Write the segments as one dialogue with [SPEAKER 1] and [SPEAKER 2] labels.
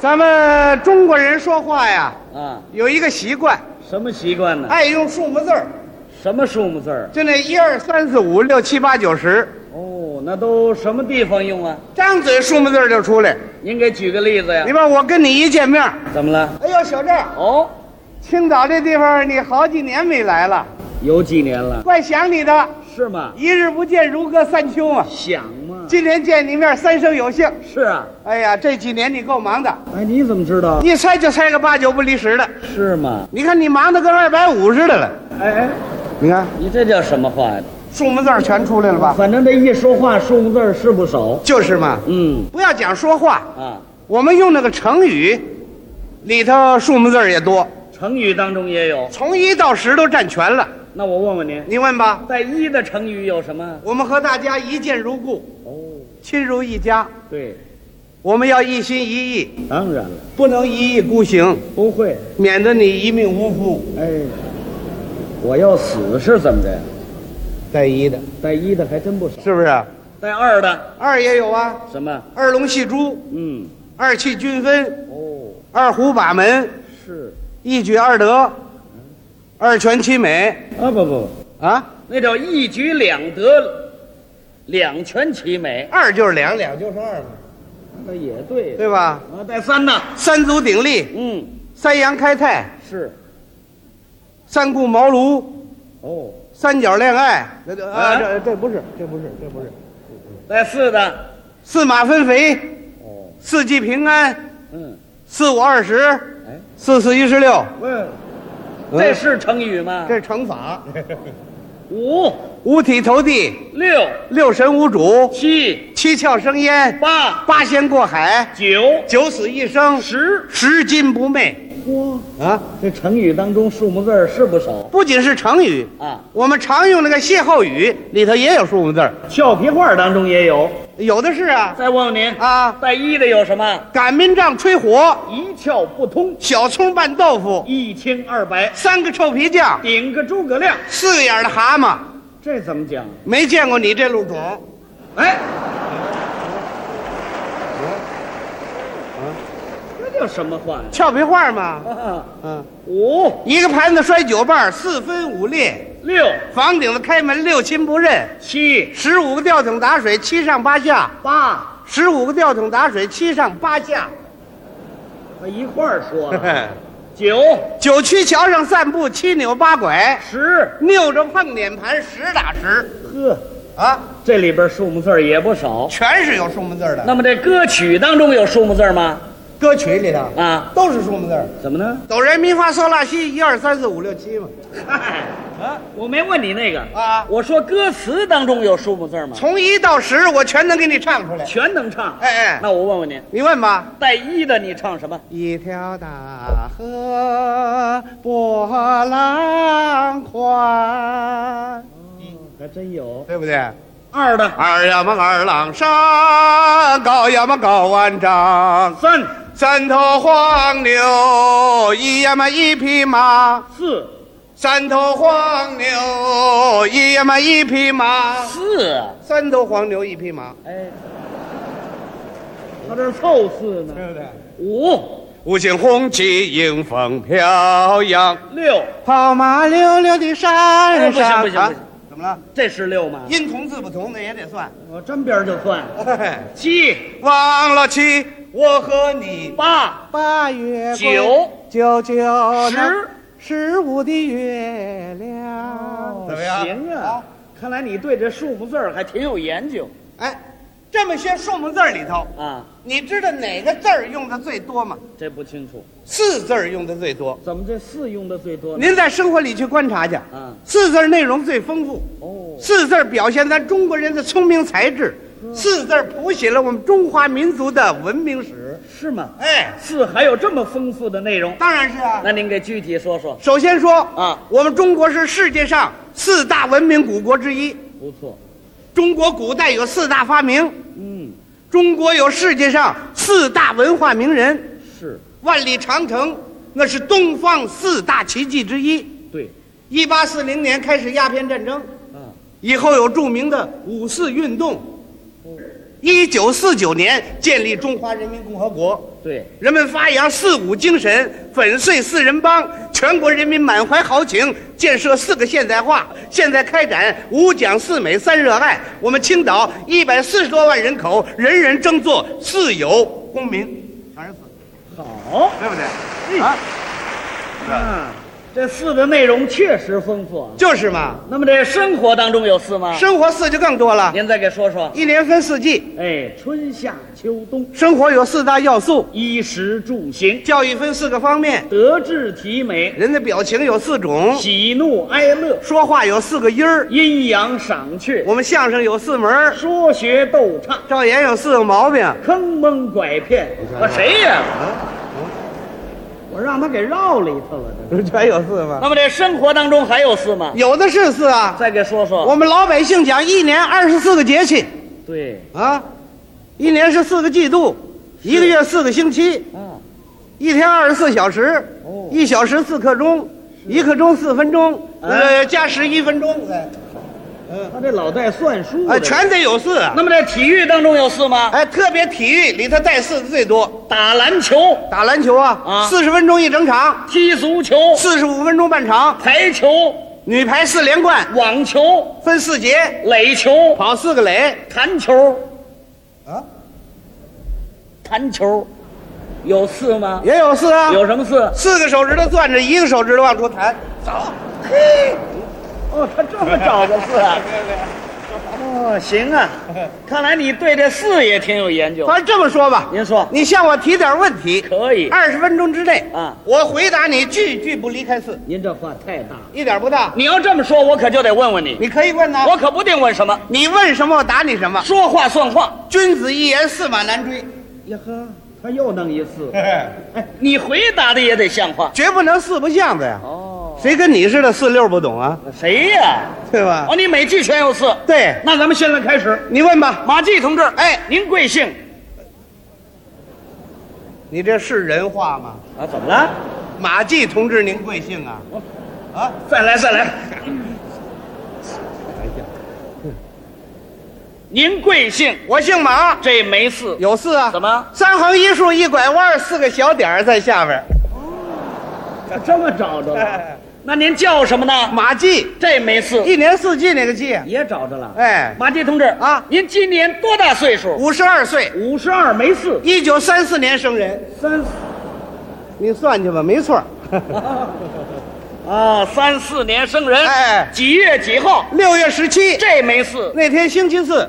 [SPEAKER 1] 咱们中国人说话呀，
[SPEAKER 2] 啊，
[SPEAKER 1] 有一个习惯，
[SPEAKER 2] 什么习惯呢？
[SPEAKER 1] 爱用数目字儿，
[SPEAKER 2] 什么数目字儿？
[SPEAKER 1] 就那一二三四五六七八九十，
[SPEAKER 2] 哦，那都什么地方用啊？
[SPEAKER 1] 张嘴数目字儿就出来。
[SPEAKER 2] 您给举个例子呀
[SPEAKER 1] 你？把我跟你一见面，
[SPEAKER 2] 怎么了？
[SPEAKER 1] 嗯哎呦，小郑，
[SPEAKER 2] 哦，
[SPEAKER 1] 青岛这地方你好几年没来了，
[SPEAKER 2] 有几年了？
[SPEAKER 1] 怪想你的。
[SPEAKER 2] 是吗？
[SPEAKER 1] 一日不见，如隔三秋啊。
[SPEAKER 2] 想吗？
[SPEAKER 1] 今天见你面，三生有幸。
[SPEAKER 2] 是啊。
[SPEAKER 1] 哎呀，这几年你够忙的，
[SPEAKER 2] 哎，你怎么知道？
[SPEAKER 1] 一猜就猜个八九不离十的。
[SPEAKER 2] 是吗？
[SPEAKER 1] 你看你忙的跟二百五似的了。
[SPEAKER 2] 哎哎，
[SPEAKER 1] 你看
[SPEAKER 2] 你这叫什么话呀？
[SPEAKER 1] 数目字儿全出来了吧？
[SPEAKER 2] 反正这一说话，数目字儿是不少。
[SPEAKER 1] 就是嘛，
[SPEAKER 2] 嗯
[SPEAKER 1] 不要讲说话，
[SPEAKER 2] 啊，
[SPEAKER 1] 我们用那个成语，里头数目字儿也多，
[SPEAKER 2] 成语当中也有。
[SPEAKER 1] 从一到十都占全了。
[SPEAKER 2] 那我问问您，
[SPEAKER 1] 你问吧，
[SPEAKER 2] 带“一”的成语有什么？
[SPEAKER 1] 我们和大家一见如故，
[SPEAKER 2] 哦，
[SPEAKER 1] 亲如一家，
[SPEAKER 2] 对，
[SPEAKER 1] 我们要一心一意，
[SPEAKER 2] 当然了，
[SPEAKER 1] 不能一意孤行，
[SPEAKER 2] 不会。
[SPEAKER 1] 免得你一命呜呼。
[SPEAKER 2] 哎，我要死是怎么着呀？
[SPEAKER 1] 带一的，
[SPEAKER 2] 带一的还真不少，
[SPEAKER 1] 是不是？
[SPEAKER 2] 带二的
[SPEAKER 1] 二也有啊，
[SPEAKER 2] 什么？
[SPEAKER 1] 二龙戏珠，
[SPEAKER 2] 嗯，
[SPEAKER 1] 二气均分，
[SPEAKER 2] 哦，
[SPEAKER 1] 二虎把门，
[SPEAKER 2] 是
[SPEAKER 1] 一举二得，二全其美
[SPEAKER 2] 啊，不不，
[SPEAKER 1] 啊。
[SPEAKER 2] 那叫一举两得，两全其美。
[SPEAKER 1] 二就是两，两就是二嘛，
[SPEAKER 2] 那也对
[SPEAKER 1] 对吧？
[SPEAKER 2] 啊，带三的，
[SPEAKER 1] 三足鼎立，
[SPEAKER 2] 嗯，
[SPEAKER 1] 三阳开泰，
[SPEAKER 2] 是
[SPEAKER 1] 三顾茅庐，
[SPEAKER 2] 哦，
[SPEAKER 1] 三角恋爱，那就
[SPEAKER 2] 啊
[SPEAKER 1] 这这不是，这不是，这不是，
[SPEAKER 2] 带四的，
[SPEAKER 1] 四马分肥，
[SPEAKER 2] 哦，
[SPEAKER 1] 四季平安，
[SPEAKER 2] 嗯，
[SPEAKER 1] 四五二十，
[SPEAKER 2] 哎，
[SPEAKER 1] 四四一十六，
[SPEAKER 2] 问，这是成语吗？
[SPEAKER 1] 嗯这乘法，
[SPEAKER 2] 五
[SPEAKER 1] 五体投地，
[SPEAKER 2] 六
[SPEAKER 1] 六神无主，
[SPEAKER 2] 七
[SPEAKER 1] 七窍生烟，
[SPEAKER 2] 八
[SPEAKER 1] 八仙过海，
[SPEAKER 2] 九
[SPEAKER 1] 九死一生，
[SPEAKER 2] 十，
[SPEAKER 1] 拾金不昧
[SPEAKER 2] 哇，
[SPEAKER 1] 啊！
[SPEAKER 2] 这成语当中数目字儿是不少
[SPEAKER 1] 不仅是成语，
[SPEAKER 2] 啊，
[SPEAKER 1] 我们常用那个歇后语里头也有数目字儿，
[SPEAKER 2] 俏皮话当中也有。
[SPEAKER 1] 有的是啊
[SPEAKER 2] 再问问您，
[SPEAKER 1] 啊，
[SPEAKER 2] 带一的有什么？
[SPEAKER 1] 擀面杖吹火。
[SPEAKER 2] 一窍不通，
[SPEAKER 1] 小葱拌豆腐，
[SPEAKER 2] 一清二白，
[SPEAKER 1] 三个臭皮匠，
[SPEAKER 2] 顶个诸葛亮，
[SPEAKER 1] 四个眼儿的蛤蟆，
[SPEAKER 2] 这怎么讲？
[SPEAKER 1] 没见过你这路种。
[SPEAKER 2] 哎，这叫什么话呀？
[SPEAKER 1] 俏皮话嘛，
[SPEAKER 2] 啊，
[SPEAKER 1] 嗯，
[SPEAKER 2] 五
[SPEAKER 1] 一个盘子摔九瓣儿，四分五裂；
[SPEAKER 2] 六
[SPEAKER 1] 房顶子开门，六亲不认。
[SPEAKER 2] 七
[SPEAKER 1] 十五个吊桶打水，七上八下；
[SPEAKER 2] 八，
[SPEAKER 1] 十五个吊桶打水，七上八下。
[SPEAKER 2] 他一块儿说 了。九
[SPEAKER 1] 九曲桥上散步，七扭八拐，
[SPEAKER 2] 十，
[SPEAKER 1] 扭着碰脸盘，实打实
[SPEAKER 2] 呵，
[SPEAKER 1] 啊，
[SPEAKER 2] 这里边数目字儿也不少。
[SPEAKER 1] 全是有数目字儿的。
[SPEAKER 2] 那么这歌曲当中有数目字儿吗？
[SPEAKER 1] 歌曲里头
[SPEAKER 2] 啊，
[SPEAKER 1] 都是数目字儿，
[SPEAKER 2] 怎么呢？
[SPEAKER 1] 哆来咪发嗦拉西，一二三四五六七嘛。
[SPEAKER 2] 嗨，
[SPEAKER 1] 啊
[SPEAKER 2] 我没问你那个
[SPEAKER 1] 啊
[SPEAKER 2] 我说歌词当中有数目字儿吗？
[SPEAKER 1] 从一到十，我全能给你唱出来。
[SPEAKER 2] 全能唱。
[SPEAKER 1] 哎哎
[SPEAKER 2] 那我问问您，
[SPEAKER 1] 你问吧。
[SPEAKER 2] 带一的你唱什么？
[SPEAKER 1] 一条大河波浪宽，
[SPEAKER 2] 还真有。
[SPEAKER 1] 对不对？
[SPEAKER 2] 二的
[SPEAKER 1] 二呀嘛二郎山，高呀嘛高万丈，
[SPEAKER 2] 三
[SPEAKER 1] 三头黄牛，一呀嘛一匹马，
[SPEAKER 2] 四
[SPEAKER 1] 三头黄牛，一呀嘛一匹马，
[SPEAKER 2] 四，啊
[SPEAKER 1] 三头黄牛一匹马，
[SPEAKER 2] 哎，他这凑四呢。
[SPEAKER 1] 不对？
[SPEAKER 2] 五
[SPEAKER 1] 五星红旗迎风飘扬。
[SPEAKER 2] 六，
[SPEAKER 1] 跑马溜溜的山上。啊
[SPEAKER 2] 哎不行不行不行
[SPEAKER 1] 怎么了？
[SPEAKER 2] 这是六吗？
[SPEAKER 1] 音同字不同，那也得算。
[SPEAKER 2] 我沾边就算。七
[SPEAKER 1] 忘了七，我和你
[SPEAKER 2] 八
[SPEAKER 1] 八月桂
[SPEAKER 2] 九
[SPEAKER 1] 九九
[SPEAKER 2] 十
[SPEAKER 1] 十五的月亮，怎么样？
[SPEAKER 2] 行啊，看来你对这数目字儿还挺有研究
[SPEAKER 1] 哎，这么些数目字儿里头，
[SPEAKER 2] 啊。
[SPEAKER 1] 你知道哪个字儿用的最多吗？
[SPEAKER 2] 这不清楚，
[SPEAKER 1] 四字儿用的最多。
[SPEAKER 2] 怎么这四用的最多呢？
[SPEAKER 1] 您在生活里去观察去，
[SPEAKER 2] 啊，
[SPEAKER 1] 四字儿内容最丰富。
[SPEAKER 2] 哦，
[SPEAKER 1] 四字儿表现咱中国人的聪明才智，
[SPEAKER 2] 嗯
[SPEAKER 1] 四字儿谱写了我们中华民族的文明史。
[SPEAKER 2] 是吗？
[SPEAKER 1] 哎，
[SPEAKER 2] 四还有这么丰富的内容？
[SPEAKER 1] 当然是啊。
[SPEAKER 2] 那您给具体说说。
[SPEAKER 1] 首先说
[SPEAKER 2] 啊，
[SPEAKER 1] 我们中国是世界上四大文明古国之一。
[SPEAKER 2] 不错，
[SPEAKER 1] 中国古代有四大发明，
[SPEAKER 2] 嗯，
[SPEAKER 1] 中国有世界上四大文化名人。
[SPEAKER 2] 是
[SPEAKER 1] 万里长城那是东方四大奇迹之一。
[SPEAKER 2] 对，
[SPEAKER 1] 一八四零年开始鸦片战争，
[SPEAKER 2] 啊，
[SPEAKER 1] 以后有著名的五四运动。一九四九年建立中华人民共和国。
[SPEAKER 2] 对，
[SPEAKER 1] 人们发扬四五精神，粉碎四人帮，全国人民满怀豪情，建设四个现代化。现在开展五讲四美三热爱，我们青岛一百四十多万人口，人人争做四有公民，全是四，
[SPEAKER 2] 好
[SPEAKER 1] 对不对？
[SPEAKER 2] 啊，啊，这四的内容确实丰富啊。
[SPEAKER 1] 就是嘛，
[SPEAKER 2] 那么这生活当中有四吗？
[SPEAKER 1] 生活四就更多了，
[SPEAKER 2] 您再给说说。
[SPEAKER 1] 一年分四季，
[SPEAKER 2] 哎，春夏秋冬，
[SPEAKER 1] 生活有四大要素，
[SPEAKER 2] 衣食住行，
[SPEAKER 1] 教育分四个方面，
[SPEAKER 2] 德智体美，
[SPEAKER 1] 人的表情有四种，
[SPEAKER 2] 喜怒哀乐，
[SPEAKER 1] 说话有四个音儿，
[SPEAKER 2] 阴阳赏却，
[SPEAKER 1] 我们相声有四门儿，
[SPEAKER 2] 说学逗唱，
[SPEAKER 1] 赵岩有四个毛病。啊
[SPEAKER 2] 坑蒙拐骗。我谁呀、我让他给绕里头了。这
[SPEAKER 1] 全有四吗？
[SPEAKER 2] 那么这生活当中还有四吗？
[SPEAKER 1] 有的是四啊。
[SPEAKER 2] 再给说说。
[SPEAKER 1] 我们老百姓讲一年二十四个节气
[SPEAKER 2] 对，
[SPEAKER 1] 啊，一年是四个季度，一个月四个星期，
[SPEAKER 2] 啊，
[SPEAKER 1] 一天二十四小时
[SPEAKER 2] 哦，
[SPEAKER 1] 一小时四刻钟，一刻钟四分钟，呃，加十一分钟，
[SPEAKER 2] 他这老在算数
[SPEAKER 1] 哎，
[SPEAKER 2] 的
[SPEAKER 1] 全得有四啊。
[SPEAKER 2] 那么这体育当中有四吗？
[SPEAKER 1] 哎，特别体育里头带四的最多，
[SPEAKER 2] 打篮球、
[SPEAKER 1] 打篮球啊
[SPEAKER 2] 啊，
[SPEAKER 1] 四十分钟一整场，
[SPEAKER 2] 踢足球、
[SPEAKER 1] 四十五分钟半场，
[SPEAKER 2] 排球、
[SPEAKER 1] 女排四连冠，
[SPEAKER 2] 网球、
[SPEAKER 1] 分四节，
[SPEAKER 2] 垒球、
[SPEAKER 1] 跑四个垒，
[SPEAKER 2] 弹球。
[SPEAKER 1] 啊，
[SPEAKER 2] 弹球有四吗？
[SPEAKER 1] 也有四啊。
[SPEAKER 2] 有什么四？
[SPEAKER 1] 四个手指头攥着，一个手指头往出弹。
[SPEAKER 2] 哦，他这么找的四啊？ 哦，行啊，看来你对这四也挺有研究。
[SPEAKER 1] 反正这么说吧，
[SPEAKER 2] 您说
[SPEAKER 1] 你向我提点问题，
[SPEAKER 2] 啊可以？
[SPEAKER 1] 二十分钟之内
[SPEAKER 2] 啊，
[SPEAKER 1] 我回答你句句不离开四，
[SPEAKER 2] 您这话太大了。
[SPEAKER 1] 一点不大。
[SPEAKER 2] 你要这么说，我可就得问问你，
[SPEAKER 1] 你可以问呐，
[SPEAKER 2] 我可不定问什么，
[SPEAKER 1] 你问什么我答你什么。
[SPEAKER 2] 说话算话。
[SPEAKER 1] 君子一言，驷马难追，
[SPEAKER 2] 呀呵，他又弄一四。哎，你回答的也得像话。
[SPEAKER 1] 绝不能四不像的呀。
[SPEAKER 2] 哦，
[SPEAKER 1] 谁跟你似的四六不懂啊？
[SPEAKER 2] 谁呀、
[SPEAKER 1] 对吧？
[SPEAKER 2] 哦，你每句全有四。
[SPEAKER 1] 对，
[SPEAKER 2] 那咱们现在开始。
[SPEAKER 1] 你问吧。
[SPEAKER 2] 马季同志，
[SPEAKER 1] 哎，
[SPEAKER 2] 您贵姓？
[SPEAKER 1] 你这是人话吗？
[SPEAKER 2] 啊，怎么了？
[SPEAKER 1] 马季同志，您贵姓啊？啊，
[SPEAKER 2] 再来，再来。您贵姓？
[SPEAKER 1] 我姓马，
[SPEAKER 2] 这没四，
[SPEAKER 1] 有四啊。
[SPEAKER 2] 怎么
[SPEAKER 1] 三横一竖一拐弯，四个小点儿在下边儿。
[SPEAKER 2] 这么找着了？那您叫什么呢？
[SPEAKER 1] 马季，
[SPEAKER 2] 这没四，
[SPEAKER 1] 一年四季那个季，啊
[SPEAKER 2] 也找着了。
[SPEAKER 1] 哎，
[SPEAKER 2] 马季同志
[SPEAKER 1] 啊
[SPEAKER 2] 您今年多大岁数？
[SPEAKER 1] 五十二岁，
[SPEAKER 2] 五十二没四，
[SPEAKER 1] 一九三四年生人，
[SPEAKER 2] 三四
[SPEAKER 1] 你算去吧，没错儿。
[SPEAKER 2] 啊，三四年生人，
[SPEAKER 1] 哎
[SPEAKER 2] 几月几号？
[SPEAKER 1] 六月十七
[SPEAKER 2] 这没四，
[SPEAKER 1] 那天星期四，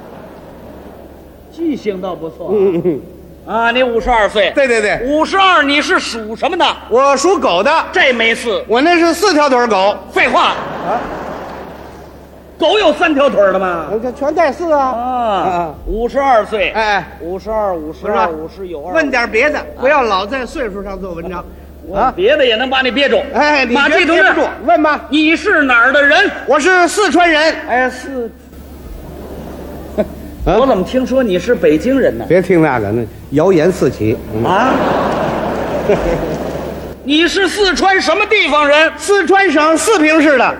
[SPEAKER 2] 记性倒不错
[SPEAKER 1] 嗯，
[SPEAKER 2] 啊。你五十二岁，
[SPEAKER 1] 对对对，
[SPEAKER 2] 五十二你是属什么的？
[SPEAKER 1] 我属狗的，
[SPEAKER 2] 这没四，
[SPEAKER 1] 我那是四条腿儿狗，
[SPEAKER 2] 废话啊，狗有三条腿儿的吗？
[SPEAKER 1] 这全带四啊。
[SPEAKER 2] 啊，五十二岁，
[SPEAKER 1] 哎，
[SPEAKER 2] 五十二，五十
[SPEAKER 1] 是吧
[SPEAKER 2] 二，五十有二。
[SPEAKER 1] 问点别的，不要老在岁数上做文章
[SPEAKER 2] 啊，。别的也能把你憋住。
[SPEAKER 1] 哎，你
[SPEAKER 2] 马
[SPEAKER 1] 别
[SPEAKER 2] 季同
[SPEAKER 1] 憋不
[SPEAKER 2] 志
[SPEAKER 1] 住，，问吧。
[SPEAKER 2] 你是哪儿的人？
[SPEAKER 1] 我是四川人，
[SPEAKER 2] 哎，是。
[SPEAKER 1] 啊
[SPEAKER 2] 我怎么听说你是北京人呢？
[SPEAKER 1] 别听那个，那谣言四起。嗯
[SPEAKER 2] 啊，你是四川什么地方人？
[SPEAKER 1] 四川省四平市的，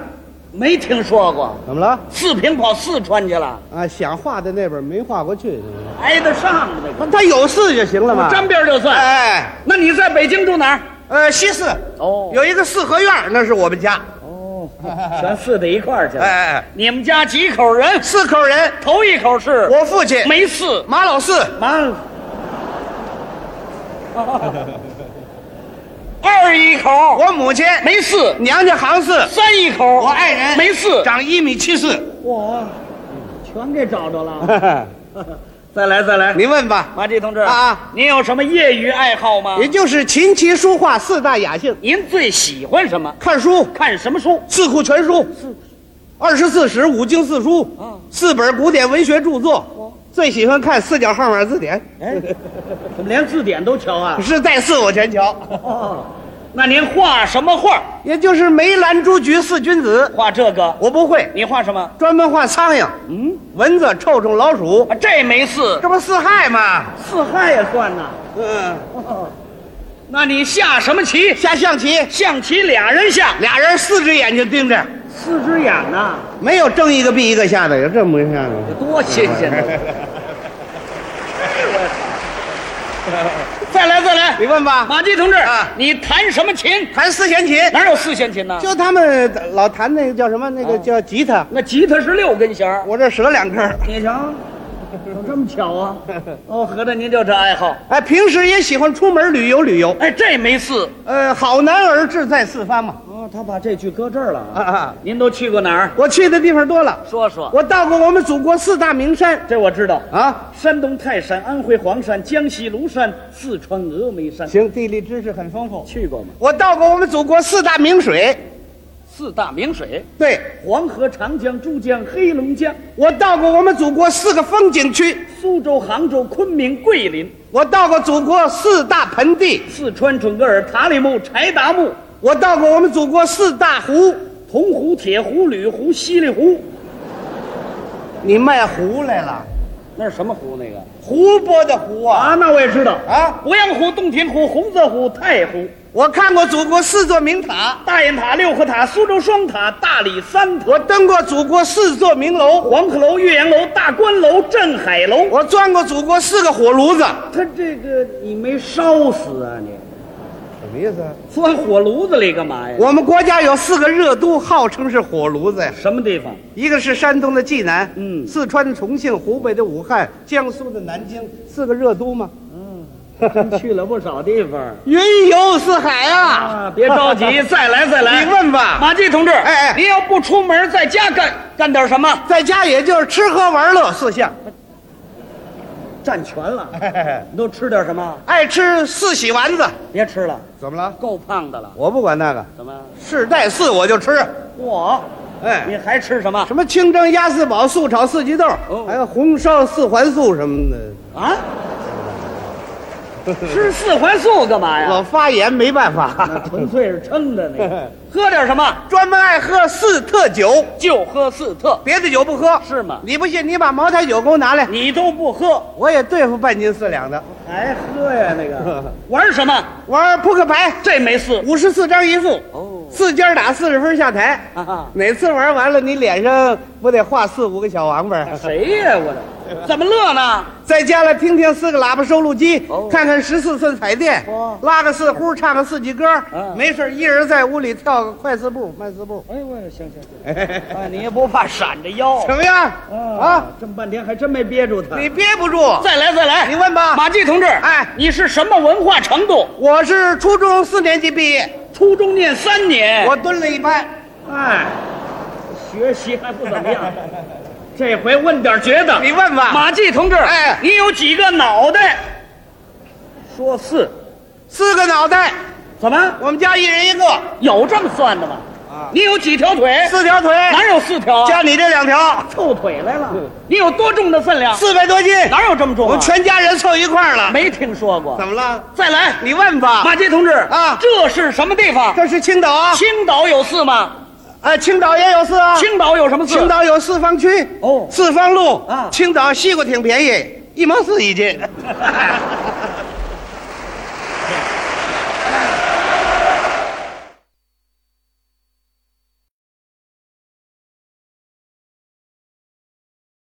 [SPEAKER 2] 没听说过。
[SPEAKER 1] 怎么了？
[SPEAKER 2] 四平跑四川去了，
[SPEAKER 1] 啊，想画的那边没画过去，
[SPEAKER 2] 挨得上那个，
[SPEAKER 1] 他有四就行了嘛。
[SPEAKER 2] 沾边就算。
[SPEAKER 1] 啊哎，
[SPEAKER 2] 那你在北京住哪儿？
[SPEAKER 1] 呃，西四
[SPEAKER 2] 哦
[SPEAKER 1] 有一个四合院，那是我们家。
[SPEAKER 2] 哦，全四在一块儿去了。
[SPEAKER 1] 哎，哎
[SPEAKER 2] 你们家几口人？
[SPEAKER 1] 四口人，
[SPEAKER 2] 头一口是
[SPEAKER 1] 我父亲
[SPEAKER 2] 没四
[SPEAKER 1] 马老四，
[SPEAKER 2] 妈。 二一口
[SPEAKER 1] 我母亲
[SPEAKER 2] 没四，
[SPEAKER 1] 娘家行四，
[SPEAKER 2] 三一口
[SPEAKER 1] 我爱人
[SPEAKER 2] 没四。
[SPEAKER 1] 长一米七 四。
[SPEAKER 2] 我全给找着了。 再来再来，
[SPEAKER 1] 您问吧，
[SPEAKER 2] 马季同志
[SPEAKER 1] 啊，
[SPEAKER 2] 您有什么业余爱好吗？
[SPEAKER 1] 也就是琴棋书画四大雅兴，
[SPEAKER 2] 您最喜欢什么？
[SPEAKER 1] 看书
[SPEAKER 2] 看什么书？
[SPEAKER 1] 四库全书，二十四史、五经四书，
[SPEAKER 2] 嗯
[SPEAKER 1] 四本古典文学著作
[SPEAKER 2] 哦。
[SPEAKER 1] 最喜欢看四角号码字典，
[SPEAKER 2] 哎， 怎么连字典都瞧啊？
[SPEAKER 1] 是带四我全瞧，
[SPEAKER 2] 哦， 那您画什么画？
[SPEAKER 1] 也就是梅兰竹菊四君子，
[SPEAKER 2] 画这个？
[SPEAKER 1] 我不会，
[SPEAKER 2] 你画什么？
[SPEAKER 1] 专门画苍蝇、
[SPEAKER 2] 嗯，
[SPEAKER 1] 蚊子、臭虫、老鼠，
[SPEAKER 2] 啊这没四，
[SPEAKER 1] 这不四害吗？
[SPEAKER 2] 四害也算呐。
[SPEAKER 1] 嗯，
[SPEAKER 2] 那你下什么棋？
[SPEAKER 1] 下象棋，
[SPEAKER 2] 象棋俩人下，
[SPEAKER 1] 俩人四只眼睛盯着，
[SPEAKER 2] 四只眼呐，
[SPEAKER 1] 没有睁一个闭一个下的，有这么回事吗？
[SPEAKER 2] 多新鲜呐！
[SPEAKER 1] 再来再来，你问吧。
[SPEAKER 2] 马季同志
[SPEAKER 1] 啊，
[SPEAKER 2] 你弹什么琴？
[SPEAKER 1] 弹四弦琴，
[SPEAKER 2] 哪有四弦琴呢？
[SPEAKER 1] 就他们老弹那个叫什么，那个叫吉他。
[SPEAKER 2] 那吉他是六根弦儿。
[SPEAKER 1] 我这折两根儿。
[SPEAKER 2] 你瞧，有这么巧啊？ 哦，合着您就这爱好？
[SPEAKER 1] 哎，平时也喜欢出门旅游旅游。
[SPEAKER 2] 哎，这没四。
[SPEAKER 1] 呃，好男儿志在四方嘛。
[SPEAKER 2] 哦，他把这句搁这儿了
[SPEAKER 1] 啊
[SPEAKER 2] 啊。
[SPEAKER 1] 啊，
[SPEAKER 2] 您都去过哪儿？
[SPEAKER 1] 我去的地方多了，
[SPEAKER 2] 说说。
[SPEAKER 1] 我到过我们祖国四大名山
[SPEAKER 2] 这我知道，
[SPEAKER 1] 啊。
[SPEAKER 2] 山东泰山、安徽黄山、江西庐山、四川峨眉山，
[SPEAKER 1] 行，地理知识很丰富。
[SPEAKER 2] 去过吗？
[SPEAKER 1] 我到过我们祖国四大名水，
[SPEAKER 2] 四大名水：
[SPEAKER 1] 对
[SPEAKER 2] 黄河、长江、珠江、黑龙江、
[SPEAKER 1] 我到过我们祖国四个风景区，
[SPEAKER 2] 苏州、杭州、昆明、桂林、
[SPEAKER 1] 我到过祖国四大盆地，
[SPEAKER 2] 四川准格尔、塔里木、柴达木、
[SPEAKER 1] 我到过我们祖国四大湖。
[SPEAKER 2] 铜湖、铁湖、吕湖、西里湖。
[SPEAKER 1] 你卖湖来了？
[SPEAKER 2] 那是什么湖？那个
[SPEAKER 1] 湖泊的湖啊！
[SPEAKER 2] 啊，那我也知道
[SPEAKER 1] 啊，
[SPEAKER 2] 鄱阳湖、洞庭湖、洪泽湖、太湖、
[SPEAKER 1] 我看过祖国四座名塔，
[SPEAKER 2] 大雁塔、六合塔、苏州双塔、大理三塔、
[SPEAKER 1] 我登过祖国四座名楼，
[SPEAKER 2] 黄鹤楼、岳阳楼、大观楼、镇海楼。
[SPEAKER 1] 我钻过祖国四个火炉子。
[SPEAKER 2] 他这个你没烧死啊你？
[SPEAKER 1] 什么意思啊？
[SPEAKER 2] 钻火炉子里干嘛呀？
[SPEAKER 1] 我们国家有四个热都，号称是火炉子呀。
[SPEAKER 2] 什么地方？
[SPEAKER 1] 一个是山东的济南，
[SPEAKER 2] 嗯
[SPEAKER 1] 四川的重庆，湖北的武汉，江苏的南京，四个热都嘛。嗯
[SPEAKER 2] 去了不少地方
[SPEAKER 1] 云游四海啊！
[SPEAKER 2] 啊！别着急， 再来再来。
[SPEAKER 1] 你问吧，
[SPEAKER 2] 马季同志，
[SPEAKER 1] 哎哎
[SPEAKER 2] 您要不出门，在家干干点什么？
[SPEAKER 1] 在家也就是吃喝玩乐四项，
[SPEAKER 2] 占全了。 你都吃点什么？
[SPEAKER 1] 爱吃四喜丸子。
[SPEAKER 2] 别吃了，
[SPEAKER 1] 怎么了？
[SPEAKER 2] 够胖的了。
[SPEAKER 1] 我不管那个，
[SPEAKER 2] 怎么？
[SPEAKER 1] 是带四我就吃。
[SPEAKER 2] 我，
[SPEAKER 1] 哎，
[SPEAKER 2] 你还吃什么？
[SPEAKER 1] 什么清蒸鸭四宝、素炒四季豆，
[SPEAKER 2] 哦
[SPEAKER 1] 还有红烧四环素什么的。
[SPEAKER 2] 啊？吃四环素干嘛呀？
[SPEAKER 1] 我发炎没办
[SPEAKER 2] 那
[SPEAKER 1] 法，
[SPEAKER 2] 纯粹是撑的 那个。喝点什么？
[SPEAKER 1] 专门爱喝四特酒，
[SPEAKER 2] 就喝四特，
[SPEAKER 1] 别的酒不喝。
[SPEAKER 2] 是吗？
[SPEAKER 1] 你不信，你把茅台酒给我拿来，
[SPEAKER 2] 你都不喝，
[SPEAKER 1] 我也对付半斤四两的。
[SPEAKER 2] 还喝呀？那个玩什么？
[SPEAKER 1] 玩扑克牌，
[SPEAKER 2] 这没四
[SPEAKER 1] 五十四张一副，
[SPEAKER 2] 哦
[SPEAKER 1] 四尖打四十分下台。
[SPEAKER 2] 啊！
[SPEAKER 1] 哪次玩完了，你脸上不得画四五个小王八？
[SPEAKER 2] 谁呀、我这怎么乐呢？
[SPEAKER 1] 在家了听听四个喇叭收录机，
[SPEAKER 2] 哦
[SPEAKER 1] 看看十四寸彩电，
[SPEAKER 2] 哇
[SPEAKER 1] 拉个四呼，唱个四季歌，
[SPEAKER 2] 嗯
[SPEAKER 1] 没事儿一人在屋里跳个快四步、慢四 步，
[SPEAKER 2] 哎，我行行行，啊，你也不怕闪着腰
[SPEAKER 1] 怎么样？
[SPEAKER 2] 嗯
[SPEAKER 1] 啊，，
[SPEAKER 2] 这么半天还真没憋住他
[SPEAKER 1] 你憋不住，
[SPEAKER 2] 再来再来，
[SPEAKER 1] 你问吧
[SPEAKER 2] 马季同志，
[SPEAKER 1] 哎
[SPEAKER 2] 你是什么文化程度？
[SPEAKER 1] 我是初中四年级毕业，
[SPEAKER 2] 初中念三年，
[SPEAKER 1] 我蹲了一班，
[SPEAKER 2] 哎，学习还不怎么 样，这回问点觉得。
[SPEAKER 1] 你问吧，
[SPEAKER 2] 马季同志，
[SPEAKER 1] 哎
[SPEAKER 2] 你有几个脑袋？说四，
[SPEAKER 1] 四个脑袋，
[SPEAKER 2] 怎么
[SPEAKER 1] 我们家一人一个，
[SPEAKER 2] 有这么算的吗？
[SPEAKER 1] 啊
[SPEAKER 2] 你有几条腿？
[SPEAKER 1] 四条腿，
[SPEAKER 2] 哎哪有四条啊？
[SPEAKER 1] 加你这两条，
[SPEAKER 2] 凑腿来了。你有多重的分量？
[SPEAKER 1] 四百多斤，
[SPEAKER 2] 哪有这么重、
[SPEAKER 1] 我
[SPEAKER 2] 啊？
[SPEAKER 1] 们全家人凑一块儿了，
[SPEAKER 2] 没听说过。
[SPEAKER 1] 怎么了？
[SPEAKER 2] 再来，
[SPEAKER 1] 你问吧，
[SPEAKER 2] 马杰同志
[SPEAKER 1] 啊
[SPEAKER 2] 这是什么地方？
[SPEAKER 1] 这是青岛啊，
[SPEAKER 2] 青岛有四吗？
[SPEAKER 1] 啊，青岛也有四啊，
[SPEAKER 2] 青岛有什么四？
[SPEAKER 1] 青岛有四方区
[SPEAKER 2] 哦
[SPEAKER 1] 四方路
[SPEAKER 2] 啊
[SPEAKER 1] 青岛西瓜挺便宜，一毛四一斤。